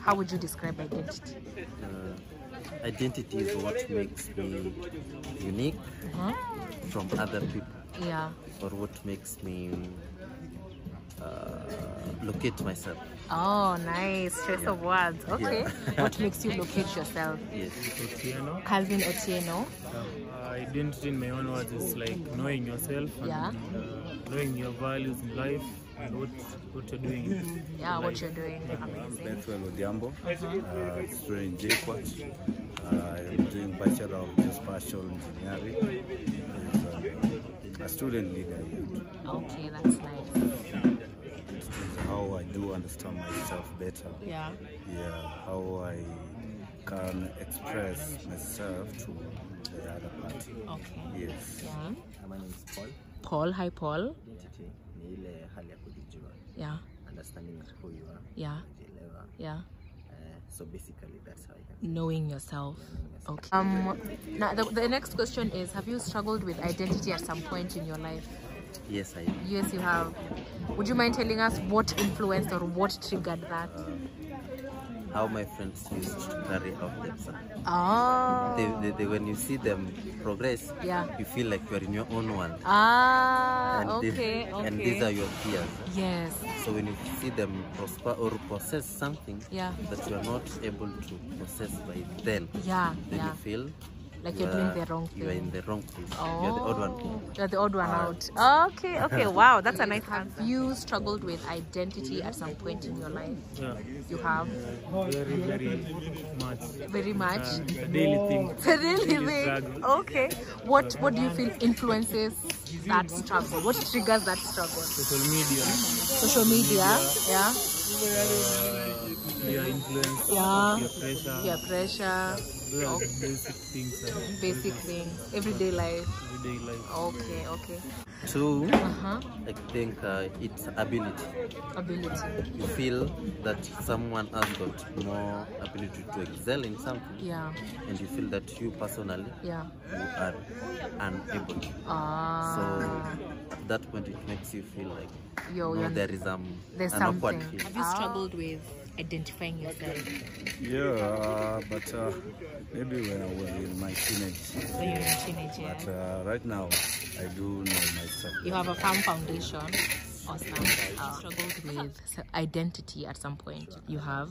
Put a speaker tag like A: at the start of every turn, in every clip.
A: How would you describe identity?
B: Identity is what makes me unique from other people,
A: Yeah.
B: or what makes me uh, locate myself.
A: Oh, nice. Choice of words. Okay. what makes you locate yourself?
B: Yes.
C: Otieno.
A: Calvin Otieno.
C: Uh, identity in my own words is like knowing yourself and
A: Yeah.
C: uh, knowing your values in life and what, what you're doing.
A: Yeah, what you're doing. Amazing.
D: Bethel Odiambo, uh, student JQuat. Uh, I'm doing Bachelor of Just Partial Engineering. It's, uh, a student leader here.
A: Okay, that's nice.
D: How I do understand myself better.
A: Yeah.
D: Yeah, how I can express myself to the other party.
A: Okay.
D: Yes.
A: Yeah.
B: My name is Paul.
A: Paul. Hi, Paul.
B: Identity ni ile hali ya kujijua,
A: Yeah.
B: understanding who you are,
A: Yeah.
B: kujielewa.
A: Yeah.
B: Uh, so basically that's how I can
A: Knowing yourself. Okay. Um. Now, the, the next question is: Have you struggled with identity at some point in your life?
B: Yes, I am.
A: Yes, you have. Would you mind telling us what influenced or what triggered that?
B: How my friends used to carry out themselves.
A: Oh.
B: They, they, they, when you see them progress,
A: Yeah.
B: you feel like you are in your own world.
A: Ah.
B: and, this-
A: Okay. okay.
B: and these are your peers.
A: Yes.
B: So when you see them prosper or process something
A: Yeah.
B: that you are not able to process by then,
A: Yeah.
B: then
A: Yeah.
B: you feel
A: Like
B: you
A: you're doing
B: are-
A: the wrong
B: You are
A: thing.
B: in the wrong place.
A: Oh.
B: You are the odd one.
A: You're the odd one out. Okay, okay, wow, that's a nice answer. Have you struggled with identity at some point in your life?
C: Yeah,
A: You have
C: very, very much.
A: very much.
C: Uh, it's a daily thing.
A: It's a really
C: Daily
A: big.
C: struggle.
A: Okay. What what do you feel influences that struggle? What triggers that struggle?
C: Social media.
A: Social media, yeah,
C: Uh, your influence.
A: Yeah.
C: Your pressure.
A: yeah, pressure,
C: Those are the basic things uh,
A: basic things, everyday life.
C: everyday life.
A: Okay, okay.
B: Two,
A: Uh huh.
B: I think uh, it's ability.
A: Ability.
B: You feel that someone has got more ability to excel in something,
A: Yeah,
B: and you feel that you personally
A: yeah.
B: you are unable.
A: Ah.
B: So at that point, it makes you feel like
A: Yo,
B: no,
A: you're
B: there is um,
A: there's
B: an
A: something.
B: awkward feeling.
A: Have you struggled with identifying yourself?
D: Yeah, uh, but uh, maybe when I was in my teenage.
A: when you're a teenager.
D: But uh, right now, I do know myself.
A: You have a firm foundation. Awesome. Uh, struggled with se- identity at some point. You have.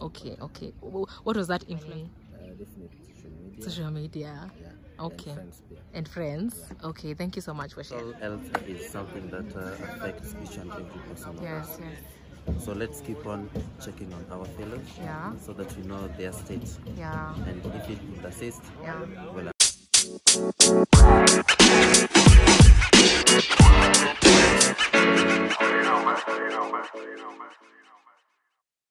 A: Okay, okay. W- What was that influence?
B: Uh, definitely social media.
A: Social media
B: Yeah.
A: Okay.
B: And friends, yeah.
A: and friends. Okay, thank you so much for sharing.
B: Mental health is something that uh, affects each and every person. of
A: Yes, yes.
B: us. So let's keep on checking on our fellows
A: Yeah.
B: so that we know their state.
A: Yeah,
B: And if it could assist,
A: yeah.
B: well,